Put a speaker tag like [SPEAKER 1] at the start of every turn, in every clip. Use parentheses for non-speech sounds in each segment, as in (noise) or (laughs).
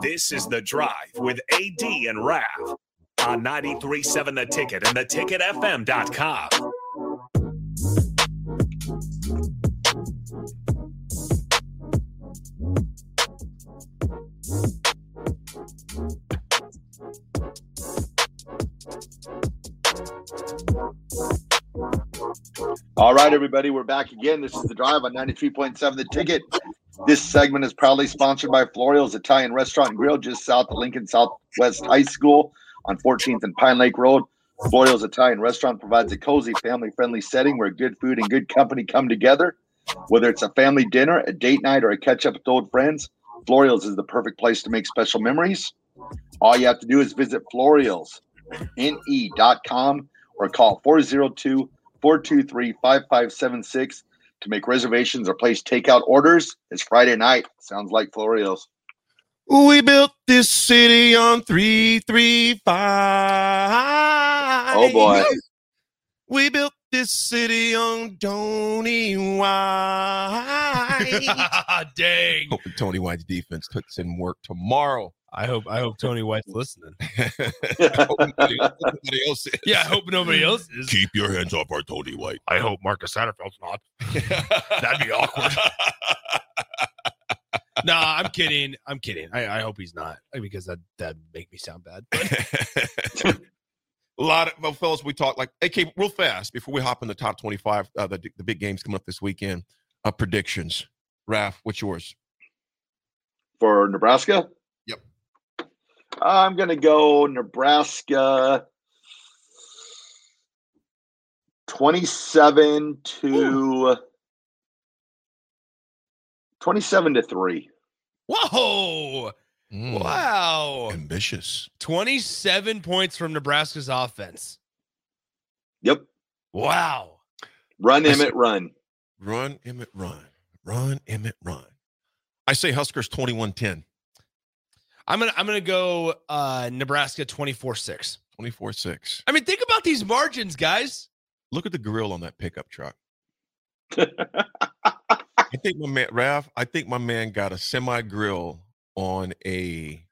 [SPEAKER 1] This is The Drive with AD and Raf on 937 The Ticket and theticketfm.com.
[SPEAKER 2] All right, everybody, we're back again. This is the drive on 93.7 The Ticket. This segment is proudly sponsored by Florio's Italian Restaurant and Grill just south of Lincoln Southwest High School on 14th and Pine Lake Road. Florio's Italian Restaurant provides a cozy, family friendly setting where good food and good company come together. Whether it's a family dinner, a date night, or a catch up with old friends, Florio's is the perfect place to make special memories. All you have to do is visit floriosne.com or call 402 423 5576 to make reservations or place takeout orders. It's Friday night. Sounds like Florio's.
[SPEAKER 3] We built this city on 335.
[SPEAKER 2] Oh, boy.
[SPEAKER 3] We built this city on Tony White.
[SPEAKER 4] (laughs) Dang.
[SPEAKER 3] Hoping Tony White's defense puts in work tomorrow.
[SPEAKER 4] I hope I hope Tony White's
[SPEAKER 3] (laughs)
[SPEAKER 4] listening.
[SPEAKER 3] Hoping nobody- nobody else is.
[SPEAKER 4] Yeah, I hope nobody else
[SPEAKER 3] (laughs)
[SPEAKER 4] is.
[SPEAKER 3] Keep your hands off our Tony
[SPEAKER 4] (laughs)
[SPEAKER 3] White.
[SPEAKER 4] I hope Marcus Satterfield's not. (laughs)
[SPEAKER 3] That'd
[SPEAKER 4] be
[SPEAKER 1] (laughs)
[SPEAKER 4] awkward. No, I'm kidding. I'm kidding. I, I hope he's not because that that make me sound bad.
[SPEAKER 3] (laughs) a lot of well, fellas, we talked like okay, real fast before we hop in the top twenty-five. Uh, the the big games coming up this weekend. Uh, predictions, Raph, what's yours?
[SPEAKER 2] for Nebraska?
[SPEAKER 3] Yep.
[SPEAKER 2] I'm going to go Nebraska 27 to 27 to 3.
[SPEAKER 4] Whoa!
[SPEAKER 3] Mm,
[SPEAKER 4] Wow!
[SPEAKER 3] ambitious.
[SPEAKER 4] 27 points from Nebraska's offense.
[SPEAKER 2] Yep.
[SPEAKER 4] Wow.
[SPEAKER 2] Run
[SPEAKER 3] That's-
[SPEAKER 2] Emmett run.
[SPEAKER 3] Run, Emmett, run, run, Emmett, run. I say Huskers 21-10,
[SPEAKER 4] I'm gonna I'm gonna go uh Nebraska 24-6.
[SPEAKER 3] 24-6.
[SPEAKER 4] I mean, think about these margins, guys.
[SPEAKER 3] Look at the grill on that pickup (laughs) truck. I think my man Raph. I think my man got a semi grill on a.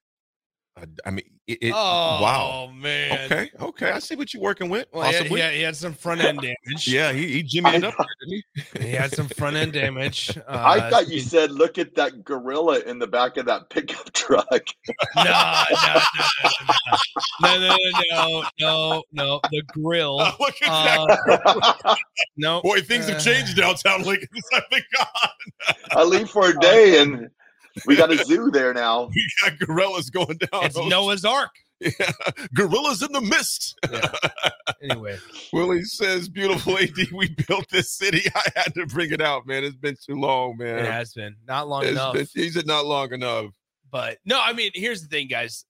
[SPEAKER 3] a- I mean, it, it,
[SPEAKER 4] oh
[SPEAKER 3] wow.
[SPEAKER 4] man.
[SPEAKER 3] Okay, okay. I see what you're working with.
[SPEAKER 4] Well, yeah, he,
[SPEAKER 3] possibly.
[SPEAKER 4] had, he had some front end damage.
[SPEAKER 3] Yeah, he, he jimmied it
[SPEAKER 2] I
[SPEAKER 3] (laughs) up.
[SPEAKER 2] thought-
[SPEAKER 3] Didn't he?
[SPEAKER 4] he had some front end damage. Uh,
[SPEAKER 2] (laughs) I thought you said look at that gorilla in the back of that pickup (laughs) truck.
[SPEAKER 4] no, no, no, no, no, no, no, no, the grill.
[SPEAKER 3] Look at that.
[SPEAKER 4] Uh, no,
[SPEAKER 3] Boy, things have changed downtown Lincoln. (laughs) I think
[SPEAKER 2] I leave for a day and we got a zoo there now.
[SPEAKER 3] we got gorillas going down.
[SPEAKER 4] it's Noah's Ark.
[SPEAKER 3] Yeah. Gorillas in the mist. (laughs)
[SPEAKER 4] Anyway,
[SPEAKER 3] Willie says, "Beautiful AD, we built this city. (laughs) I had to bring it out, man. It's been too long,
[SPEAKER 4] it
[SPEAKER 3] man.
[SPEAKER 4] has been not long
[SPEAKER 3] It's
[SPEAKER 4] enough.
[SPEAKER 3] been- he said not long enough.
[SPEAKER 4] But no, I mean, here's the thing, guys.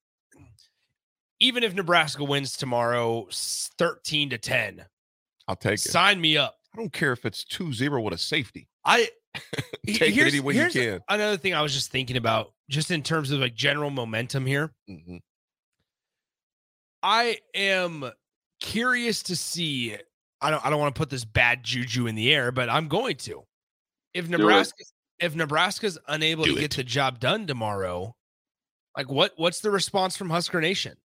[SPEAKER 4] Even if Nebraska wins tomorrow, s- thirteen to ten,
[SPEAKER 3] I'll take it.
[SPEAKER 4] sign me up.
[SPEAKER 3] I don't care if it's 2-0 with a safety.
[SPEAKER 4] I
[SPEAKER 3] (laughs) Take
[SPEAKER 4] here's,
[SPEAKER 3] it any way you
[SPEAKER 4] here's
[SPEAKER 3] can.
[SPEAKER 4] another thing I was just thinking about, just in terms of like general momentum here.
[SPEAKER 3] Mhm.
[SPEAKER 4] I am curious to see. I don't. I don't want to put this bad juju in the air, but I'm going to. If
[SPEAKER 2] it.
[SPEAKER 4] Nebraska, if Nebraska's unable
[SPEAKER 3] Do
[SPEAKER 4] to get
[SPEAKER 3] it.
[SPEAKER 4] the job done tomorrow, like what? What's the response from Husker Nation?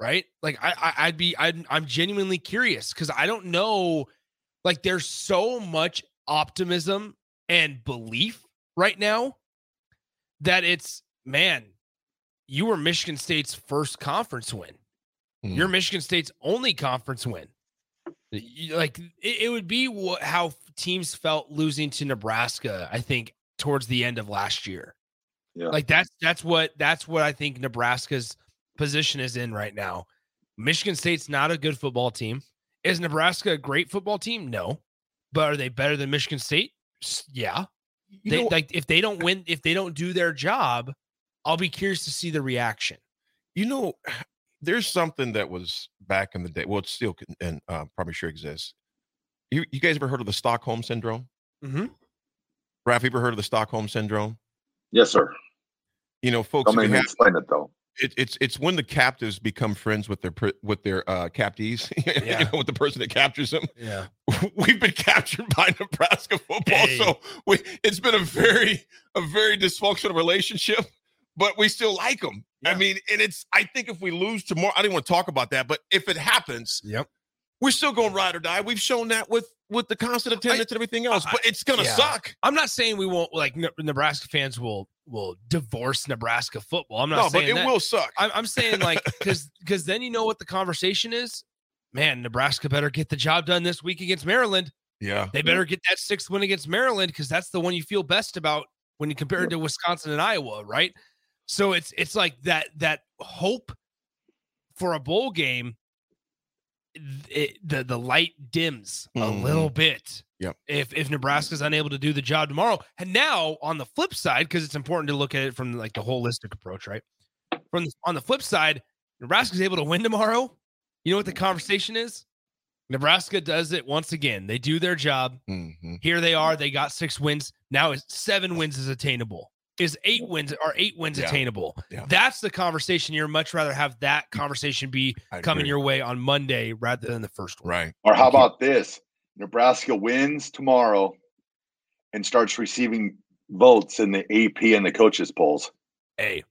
[SPEAKER 4] Right? Like I, I I'd be. I'd, I'm genuinely curious because I don't know. Like there's so much optimism and belief right now that it's man. You were Michigan State's first conference win.
[SPEAKER 3] Mhm.
[SPEAKER 4] You're Michigan State's only conference win. You- Like it, it would be what, how f- teams felt losing to Nebraska. I think towards the end of last year.
[SPEAKER 2] Yeah.
[SPEAKER 4] Like that's that's what that's what I think Nebraska's position is in right now. Michigan State's not a good football team. Is Nebraska a great football team? No. But are they better than Michigan State? S- Yeah.
[SPEAKER 3] You
[SPEAKER 4] they
[SPEAKER 3] know-
[SPEAKER 4] like if they don't win, if they don't do their job, I'll be curious to see the reaction.
[SPEAKER 3] You know, there's something that was back in the day. Well, it's still con- and uh, probably sure exists. You you guys ever heard of the Stockholm syndrome?
[SPEAKER 4] Mhm.
[SPEAKER 3] Raph, you ever heard of the Stockholm syndrome?
[SPEAKER 2] Yes, sir.
[SPEAKER 3] You know, folks,
[SPEAKER 2] Don't
[SPEAKER 3] if you
[SPEAKER 2] make me
[SPEAKER 3] have-
[SPEAKER 2] explain it though.
[SPEAKER 3] it, it's it's when the captives become friends with their pri- with their uh, captees, (laughs) you
[SPEAKER 4] Yeah.
[SPEAKER 3] know, with the person that captures them.
[SPEAKER 4] Yeah.
[SPEAKER 3] (laughs) We've been captured by Nebraska football,
[SPEAKER 4] Hey.
[SPEAKER 3] so we, it's been a very a very dysfunctional relationship, but we still like them. I
[SPEAKER 4] Yeah.
[SPEAKER 3] mean, and it's I think if we lose tomorrow, I didn't want to talk about that, but if it happens,
[SPEAKER 4] Yep.
[SPEAKER 3] we're still going to ride or die. We've shown that with with the constant attendance and everything else,
[SPEAKER 4] I-
[SPEAKER 3] but it's gonna
[SPEAKER 4] yeah.
[SPEAKER 3] suck.
[SPEAKER 4] I'm not saying we won't like Ne- Nebraska fans will will divorce Nebraska football. I'm not
[SPEAKER 3] No, but
[SPEAKER 4] saying
[SPEAKER 3] it
[SPEAKER 4] that.
[SPEAKER 3] will suck.
[SPEAKER 4] I'm, I'm saying
[SPEAKER 3] (laughs)
[SPEAKER 4] like because because then you know what the conversation is. Man, Nebraska better get the job done this week against Maryland.
[SPEAKER 3] yeah,
[SPEAKER 4] They better get that sixth win against Maryland because that's the one you feel best about when you compare it to Wisconsin and Iowa, right? So it's it's like that that hope for a bowl game. th- It, the the light dims
[SPEAKER 3] Mhm.
[SPEAKER 4] a little bit.
[SPEAKER 3] Yep.
[SPEAKER 4] If if Nebraska's unable to do the job tomorrow, and now on the flip side, because it's important to look at it from like the holistic approach, right? From the, on the flip side, Nebraska's able to win tomorrow. You know what the conversation is? Nebraska does it once again. They do their job.
[SPEAKER 3] Mhm.
[SPEAKER 4] Here they are. They got six wins. Now is seven wins is attainable. Is eight wins are eight wins
[SPEAKER 3] Yeah.
[SPEAKER 4] attainable?
[SPEAKER 3] Yeah. Mm.
[SPEAKER 4] That's the conversation. You're much rather have that conversation be
[SPEAKER 3] I
[SPEAKER 4] coming
[SPEAKER 3] agree.
[SPEAKER 4] your way on Monday rather than the first one.
[SPEAKER 3] right.
[SPEAKER 2] Or how
[SPEAKER 3] Thank you.
[SPEAKER 2] about this? Nebraska wins tomorrow and starts receiving votes in the AP and the coaches polls.
[SPEAKER 4] Hey,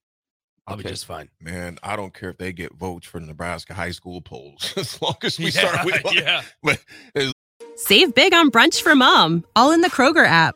[SPEAKER 4] I'll be
[SPEAKER 3] Okay.
[SPEAKER 4] just fine.
[SPEAKER 3] Man, I don't care if they get votes for the Nebraska high school polls, (laughs) as long as we
[SPEAKER 4] (laughs) Yeah,
[SPEAKER 3] start with
[SPEAKER 4] yeah.
[SPEAKER 3] (laughs) But
[SPEAKER 5] Save big on brunch for mom, all in the Kroger app.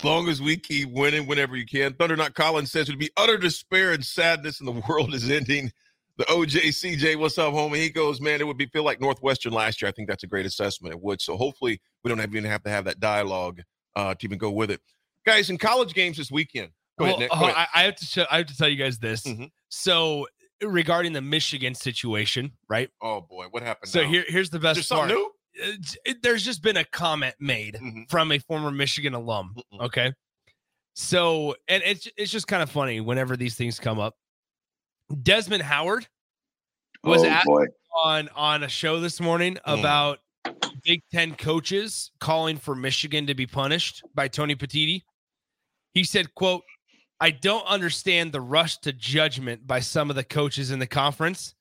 [SPEAKER 3] as long as we keep winning whenever you can, Thunder Not Collins says it'd be utter despair and sadness, and the (laughs) world is ending. The OJCJ, what's up, homie? He goes, man, it would be feel like Northwestern last year. I think that's a great assessment. It would. So hopefully we don't have, even have to have that dialogue uh, to even go with it, guys. In college games this weekend. Go
[SPEAKER 4] well,
[SPEAKER 3] ahead, Nick. Go
[SPEAKER 4] hold on,
[SPEAKER 3] ahead.
[SPEAKER 4] Oh, I, I have to show, I have to tell you guys this.
[SPEAKER 3] Mhm.
[SPEAKER 4] So regarding the Michigan situation, right?
[SPEAKER 3] oh boy, what happened?
[SPEAKER 4] So
[SPEAKER 3] now?
[SPEAKER 4] here here's the
[SPEAKER 3] Is
[SPEAKER 4] best
[SPEAKER 3] there
[SPEAKER 4] part.
[SPEAKER 3] something new.
[SPEAKER 4] Uh, it- there's just been a comment made
[SPEAKER 3] Mhm.
[SPEAKER 4] from a former Michigan alum.
[SPEAKER 3] Mm-mm.
[SPEAKER 4] Okay. So, and it's it's just kind of funny whenever these things come up. Desmond Howard was
[SPEAKER 2] oh
[SPEAKER 4] asked
[SPEAKER 2] boy.
[SPEAKER 4] on on a show this morning
[SPEAKER 3] Mm.
[SPEAKER 4] about Big Ten coaches calling for Michigan to be punished by Tony Petiti. He said, "quote I don't understand the rush to judgment by some of the coaches in the conference.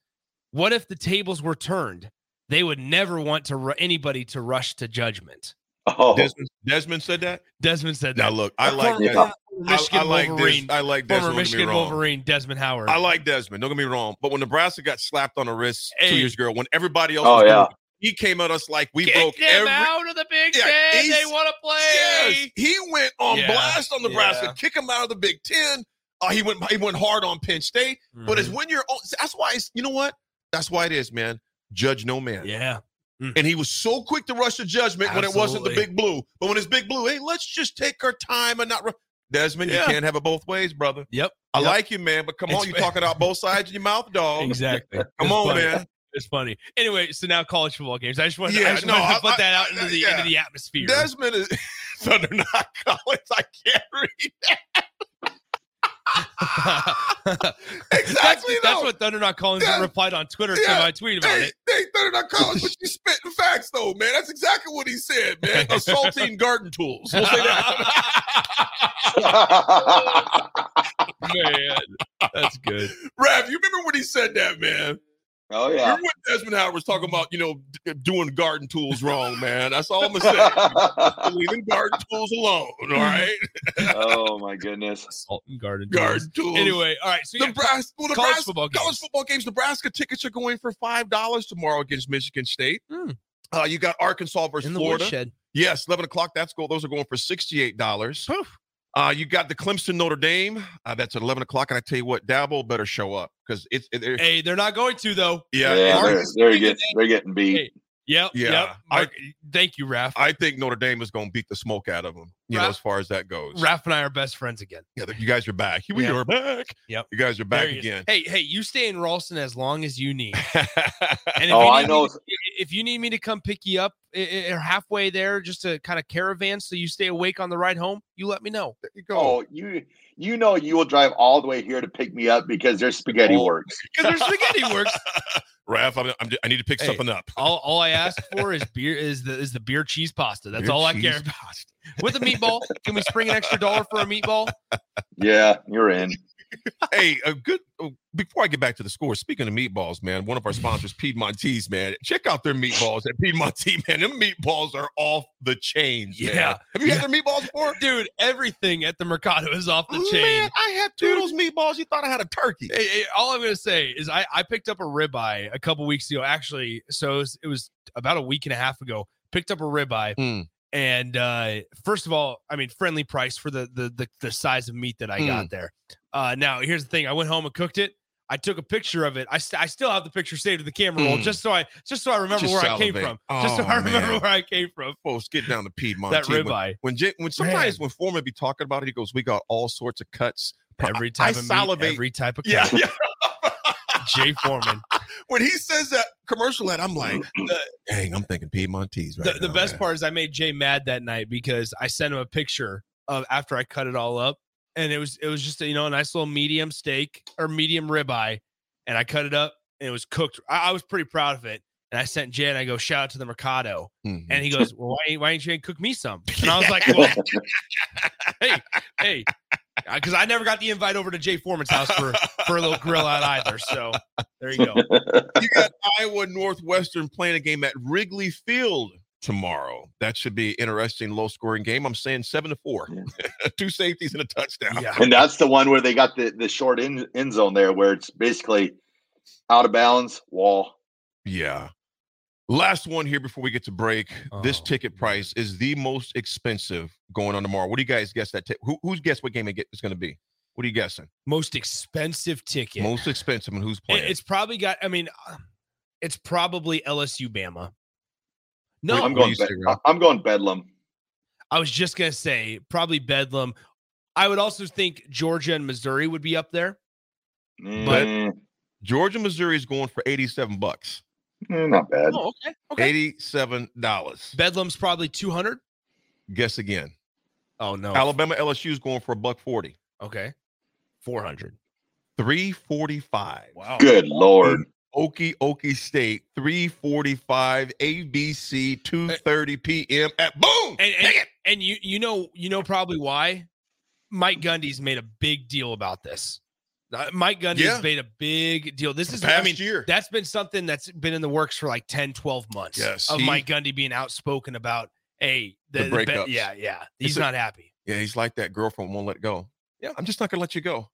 [SPEAKER 4] What if the tables were turned? They would never want to ru- anybody to rush to judgment."
[SPEAKER 2] Oh, (laughs)
[SPEAKER 3] Desmond, Desmond said that.
[SPEAKER 4] Desmond said
[SPEAKER 3] Now
[SPEAKER 4] that.
[SPEAKER 3] look, I like
[SPEAKER 4] Former-
[SPEAKER 2] Des-
[SPEAKER 3] that.
[SPEAKER 4] former
[SPEAKER 3] I-
[SPEAKER 4] Michigan
[SPEAKER 3] I, like
[SPEAKER 4] Wolverine.
[SPEAKER 3] Des- I like Desmond.
[SPEAKER 4] former
[SPEAKER 3] don't get me
[SPEAKER 4] Michigan
[SPEAKER 3] wrong.
[SPEAKER 4] Wolverine, Desmond Howard.
[SPEAKER 3] I like Desmond. Don't get me wrong, but when Nebraska got slapped on the wrist two
[SPEAKER 4] Hey.
[SPEAKER 3] years ago, when everybody else,
[SPEAKER 2] oh
[SPEAKER 3] was
[SPEAKER 2] yeah.
[SPEAKER 3] doing it, he came at us like we
[SPEAKER 4] Kick
[SPEAKER 3] broke
[SPEAKER 4] them
[SPEAKER 3] every.
[SPEAKER 4] out of the Big
[SPEAKER 3] Yeah,
[SPEAKER 4] Ten. They
[SPEAKER 3] he's-
[SPEAKER 4] want to play.
[SPEAKER 3] Yes, he went on
[SPEAKER 4] Yeah,
[SPEAKER 3] blast on Nebraska,
[SPEAKER 4] yeah.
[SPEAKER 3] kick him out of the Big Ten. Uh, he went, he went hard on Penn State.
[SPEAKER 4] Mm-hmm.
[SPEAKER 3] But it's when you're, on- that's why it's, you know what? That's why it is, man. Judge no man.
[SPEAKER 4] yeah,
[SPEAKER 3] And he was so quick to rush to judgment when it wasn't the
[SPEAKER 4] Absolutely.
[SPEAKER 3] Big Blue. But when it's Big Blue, hey, let's just take our time and not. Ru- Desmond,
[SPEAKER 4] Yeah.
[SPEAKER 3] you can't have it both ways, brother.
[SPEAKER 4] Yep.
[SPEAKER 3] I
[SPEAKER 4] Yep.
[SPEAKER 3] like you, man, but come
[SPEAKER 4] It's-
[SPEAKER 3] on, you talking out both sides of your mouth, dog.
[SPEAKER 4] (laughs)
[SPEAKER 3] (laughs)
[SPEAKER 4] exactly.
[SPEAKER 3] Come
[SPEAKER 4] It's
[SPEAKER 3] on,
[SPEAKER 4] funny.
[SPEAKER 3] man.
[SPEAKER 4] It's funny. Anyway, so now college football games. I just wanted,
[SPEAKER 3] Yeah,
[SPEAKER 4] I just
[SPEAKER 3] no,
[SPEAKER 4] wanted
[SPEAKER 3] I-
[SPEAKER 4] to put that
[SPEAKER 3] I-
[SPEAKER 4] out into the
[SPEAKER 3] yeah.
[SPEAKER 4] into the atmosphere. (laughs)
[SPEAKER 3] Desmond is (laughs) Thunder Not Collins. I can't read
[SPEAKER 4] that's,
[SPEAKER 3] exactly.
[SPEAKER 4] that's
[SPEAKER 3] though.
[SPEAKER 4] what Thunder Not Collins
[SPEAKER 3] Yeah.
[SPEAKER 4] replied on Twitter
[SPEAKER 3] Yeah.
[SPEAKER 4] to my tweet about
[SPEAKER 3] Hey,
[SPEAKER 4] it. (laughs)
[SPEAKER 3] hey, Thunder Not Collins, but you spitting facts though, man. That's exactly what he said,
[SPEAKER 4] (laughs)
[SPEAKER 3] man. Assaulting garden tools. We'll say that.
[SPEAKER 2] Oh,
[SPEAKER 4] Man, that's
[SPEAKER 3] (laughs)
[SPEAKER 4] good.
[SPEAKER 3] Rav, you remember when he said that, man?
[SPEAKER 2] oh yeah.
[SPEAKER 3] (laughs) Remember when Desmond Howard was talking about, you know, d- doing garden tools wrong, man? That's all I'm gonna
[SPEAKER 4] (laughs)
[SPEAKER 3] say. Leaving garden tools alone,
[SPEAKER 4] Mm-hmm.
[SPEAKER 3] all right?
[SPEAKER 2] oh my goodness.
[SPEAKER 4] Salt and garden.
[SPEAKER 3] Garden tools.
[SPEAKER 4] Anyway, all right. So yeah,
[SPEAKER 3] Nebraska, well,
[SPEAKER 4] college
[SPEAKER 3] Nebraska-
[SPEAKER 4] football games.
[SPEAKER 3] college football games. Nebraska tickets are going for five dollars tomorrow against Michigan State.
[SPEAKER 4] Hmm.
[SPEAKER 3] Uh, you got Arkansas versus
[SPEAKER 4] in the
[SPEAKER 3] Florida.
[SPEAKER 4] woodshed.
[SPEAKER 3] Yes, eleven o'clock. That's go. Those are going for sixty-eight dollars. Uh, you got the Clemson Notre Dame. Uh, that's at 11 o'clock. And I tell you what, Dabble better show up because it's. It, it-
[SPEAKER 4] Hey, they're not going to though.
[SPEAKER 3] yeah.
[SPEAKER 2] Yeah,
[SPEAKER 3] Mark-
[SPEAKER 2] they're,
[SPEAKER 4] Marcus
[SPEAKER 2] they're,
[SPEAKER 4] Freeman
[SPEAKER 2] getting,
[SPEAKER 4] ain't-
[SPEAKER 2] they're getting beat.
[SPEAKER 4] Hey, yep.
[SPEAKER 3] Yeah,
[SPEAKER 4] Yep.
[SPEAKER 3] I-
[SPEAKER 4] Mark, thank you, Raph.
[SPEAKER 3] I think Notre Dame is going to beat the smoke out of them, you know,
[SPEAKER 4] Rap-
[SPEAKER 3] as far as that goes.
[SPEAKER 4] Raph and I are best friends again.
[SPEAKER 3] Yeah, you guys are back. We
[SPEAKER 4] Yeah.
[SPEAKER 3] are back.
[SPEAKER 4] Yep.
[SPEAKER 3] You guys are back
[SPEAKER 4] There he is.
[SPEAKER 3] again. (laughs)
[SPEAKER 4] Hey, hey, you stay in Ralston as long as you need. And if
[SPEAKER 2] Oh,
[SPEAKER 4] you
[SPEAKER 2] I
[SPEAKER 4] need
[SPEAKER 2] know.
[SPEAKER 4] Me, if you need me to come pick you up i- i- or halfway there, just to kind of caravan, so you stay awake on the ride home, you let
[SPEAKER 3] (laughs)
[SPEAKER 4] me know.
[SPEAKER 3] There you go.
[SPEAKER 4] (laughs)
[SPEAKER 2] Oh, you you know you will drive all the way here to pick me up because their spaghetti
[SPEAKER 3] Oh.
[SPEAKER 2] works.
[SPEAKER 4] Because there's spaghetti works.
[SPEAKER 3] Raph, I'm, I'm, I need to pick
[SPEAKER 4] Hey,
[SPEAKER 3] something up.
[SPEAKER 4] All, all I ask for is beer is the is the beer cheese pasta. That's
[SPEAKER 3] Beer
[SPEAKER 4] all I
[SPEAKER 3] cheese
[SPEAKER 4] care about. With a meatball, can we spring an extra dollar for a meatball?
[SPEAKER 2] Yeah, you're in.
[SPEAKER 3] hey, a good oh, before I get back to the score. Speaking of meatballs, man, one of our sponsors, Piedmontese, man, check out their meatballs at Piedmontese, (laughs) man. Them meatballs are off the chains. man.
[SPEAKER 4] Yeah.
[SPEAKER 3] have you had their meatballs before?
[SPEAKER 4] Dude, everything at the Mercado is off the chain.
[SPEAKER 3] Man, I had two of those meatballs. You thought I had a turkey?
[SPEAKER 4] Hey, hey, all I'm gonna say is I, I picked up a ribeye a couple weeks ago. Actually, so it was, it was about a week and a half ago. Picked up a ribeye,
[SPEAKER 3] Mm.
[SPEAKER 4] and uh, first of all, I mean, friendly price for the the the, the size of meat that I
[SPEAKER 3] Mm.
[SPEAKER 4] got there. Uh, now here's the thing: I went home and cooked it. I took a picture of it. I, st- I still have the picture saved to the camera roll
[SPEAKER 3] Mm.
[SPEAKER 4] just so I just so I remember
[SPEAKER 3] Just
[SPEAKER 4] where I
[SPEAKER 3] salivate.
[SPEAKER 4] came from. just so
[SPEAKER 3] Oh,
[SPEAKER 4] I remember
[SPEAKER 3] man.
[SPEAKER 4] where I came from.
[SPEAKER 3] Folks, get down to Piedmont.
[SPEAKER 4] That ribeye
[SPEAKER 3] When J- when sometimes when Foreman be talking about it, he goes, "We got all sorts of cuts."
[SPEAKER 4] every type of
[SPEAKER 3] salivate.
[SPEAKER 4] meat, every type of
[SPEAKER 3] Yeah,
[SPEAKER 4] cut.
[SPEAKER 3] yeah.
[SPEAKER 4] Jay Foreman.
[SPEAKER 3] When he says that commercial ad, I'm
[SPEAKER 4] (clears throat)
[SPEAKER 3] like, "Dang, I'm thinking Piedmontese." Right
[SPEAKER 4] the, the
[SPEAKER 3] now,
[SPEAKER 4] best
[SPEAKER 3] man.
[SPEAKER 4] part is I made Jay mad that night because I sent him a picture of after I cut it all up, and it was it was just a, you know a nice little medium steak or medium ribeye, and I cut it up and it was cooked. I, I was pretty proud of it, and I sent Jay and I go shout out to the Mercado,
[SPEAKER 3] Mhm.
[SPEAKER 4] and he goes, well why ain't, why ain't you gonna cook me some? And I was like, well, (laughs) hey hey, because I never got the invite over to Jay Foreman's house for for a little grill out either. So there you go.
[SPEAKER 3] you got Iowa Northwestern playing a game at Wrigley Field tomorrow. That should be interesting, low scoring game. I'm saying seven to four, (laughs) two safeties and a touchdown.
[SPEAKER 4] Yeah.
[SPEAKER 2] and that's the one where they got the the short end, end zone there, where it's basically out of bounds wall.
[SPEAKER 3] Yeah. Last one here before we get to break. this
[SPEAKER 4] Oh,
[SPEAKER 3] ticket price is the most expensive going on tomorrow. What do you guys guess that? T- who, who's guessed what game it get- it's going to be? What are you guessing?
[SPEAKER 4] Most expensive ticket.
[SPEAKER 3] Most expensive and who's
[SPEAKER 4] It-
[SPEAKER 3] playing?
[SPEAKER 4] It's probably got. I mean, uh, it's probably LSU Bama. No,
[SPEAKER 2] I'm
[SPEAKER 3] what do
[SPEAKER 2] going.
[SPEAKER 3] you say,
[SPEAKER 2] Bed-
[SPEAKER 3] Rob?
[SPEAKER 2] I'm going Bedlam.
[SPEAKER 4] I was just gonna say probably Bedlam. I would also think Georgia and Missouri would be up there.
[SPEAKER 2] Mm,
[SPEAKER 3] Georgia, Missouri is going for eighty-seven bucks,
[SPEAKER 2] mm, not bad.
[SPEAKER 4] Oh, okay.
[SPEAKER 3] eighty-seven dollars.
[SPEAKER 4] Bedlam's probably two hundred.
[SPEAKER 3] Guess again.
[SPEAKER 4] Oh no.
[SPEAKER 3] Alabama, LSU is going for a buck forty.
[SPEAKER 4] okay. Four hundred.
[SPEAKER 3] 345.
[SPEAKER 4] Wow.
[SPEAKER 2] Good lord.
[SPEAKER 3] Okie Okie State, 345 ABC, 230 p.m. at boom.
[SPEAKER 4] And,
[SPEAKER 3] Dang
[SPEAKER 4] and,
[SPEAKER 3] it.
[SPEAKER 4] and you you know you know probably why Mike Gundy's made a big deal about this. Uh, Mike Gundy's
[SPEAKER 3] Yeah.
[SPEAKER 4] made a big deal. This is I
[SPEAKER 3] Past
[SPEAKER 4] mean
[SPEAKER 3] year.
[SPEAKER 4] that's been something that's been in the works for like 10 12 months
[SPEAKER 3] Yes,
[SPEAKER 4] of
[SPEAKER 3] he-
[SPEAKER 4] Mike Gundy being outspoken about hey
[SPEAKER 3] The
[SPEAKER 4] be-
[SPEAKER 3] breakups.
[SPEAKER 4] yeah yeah he's
[SPEAKER 3] It's a-
[SPEAKER 4] not happy
[SPEAKER 3] yeah, he's like that girlfriend won't let go.
[SPEAKER 4] Yeah.
[SPEAKER 3] I'm just not going to let you go.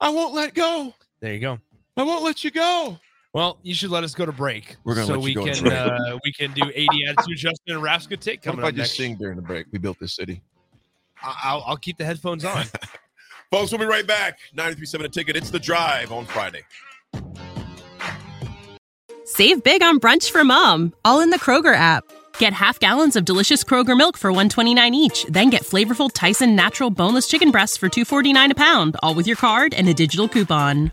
[SPEAKER 3] I won't let go.
[SPEAKER 4] there you go
[SPEAKER 3] I won't let you go.
[SPEAKER 4] well you should let us go to break
[SPEAKER 3] We're gonna
[SPEAKER 4] so
[SPEAKER 3] let you
[SPEAKER 4] we
[SPEAKER 3] go to
[SPEAKER 4] can
[SPEAKER 3] break.
[SPEAKER 4] uh, we can do 80 attitude Justin and Raps could take coming
[SPEAKER 3] what if
[SPEAKER 4] up
[SPEAKER 3] I just
[SPEAKER 4] next
[SPEAKER 3] sing during the break? We built this city.
[SPEAKER 4] I- I'll, I'll keep the headphones on
[SPEAKER 3] Folks, we'll be right back. 937 a ticket. It's the drive on Friday.
[SPEAKER 5] Save big on brunch for mom, all in the Kroger app. Get half gallons of delicious Kroger milk for 129 each, then get flavorful Tyson natural boneless chicken breasts for 249 a pound, all with your card and a digital coupon.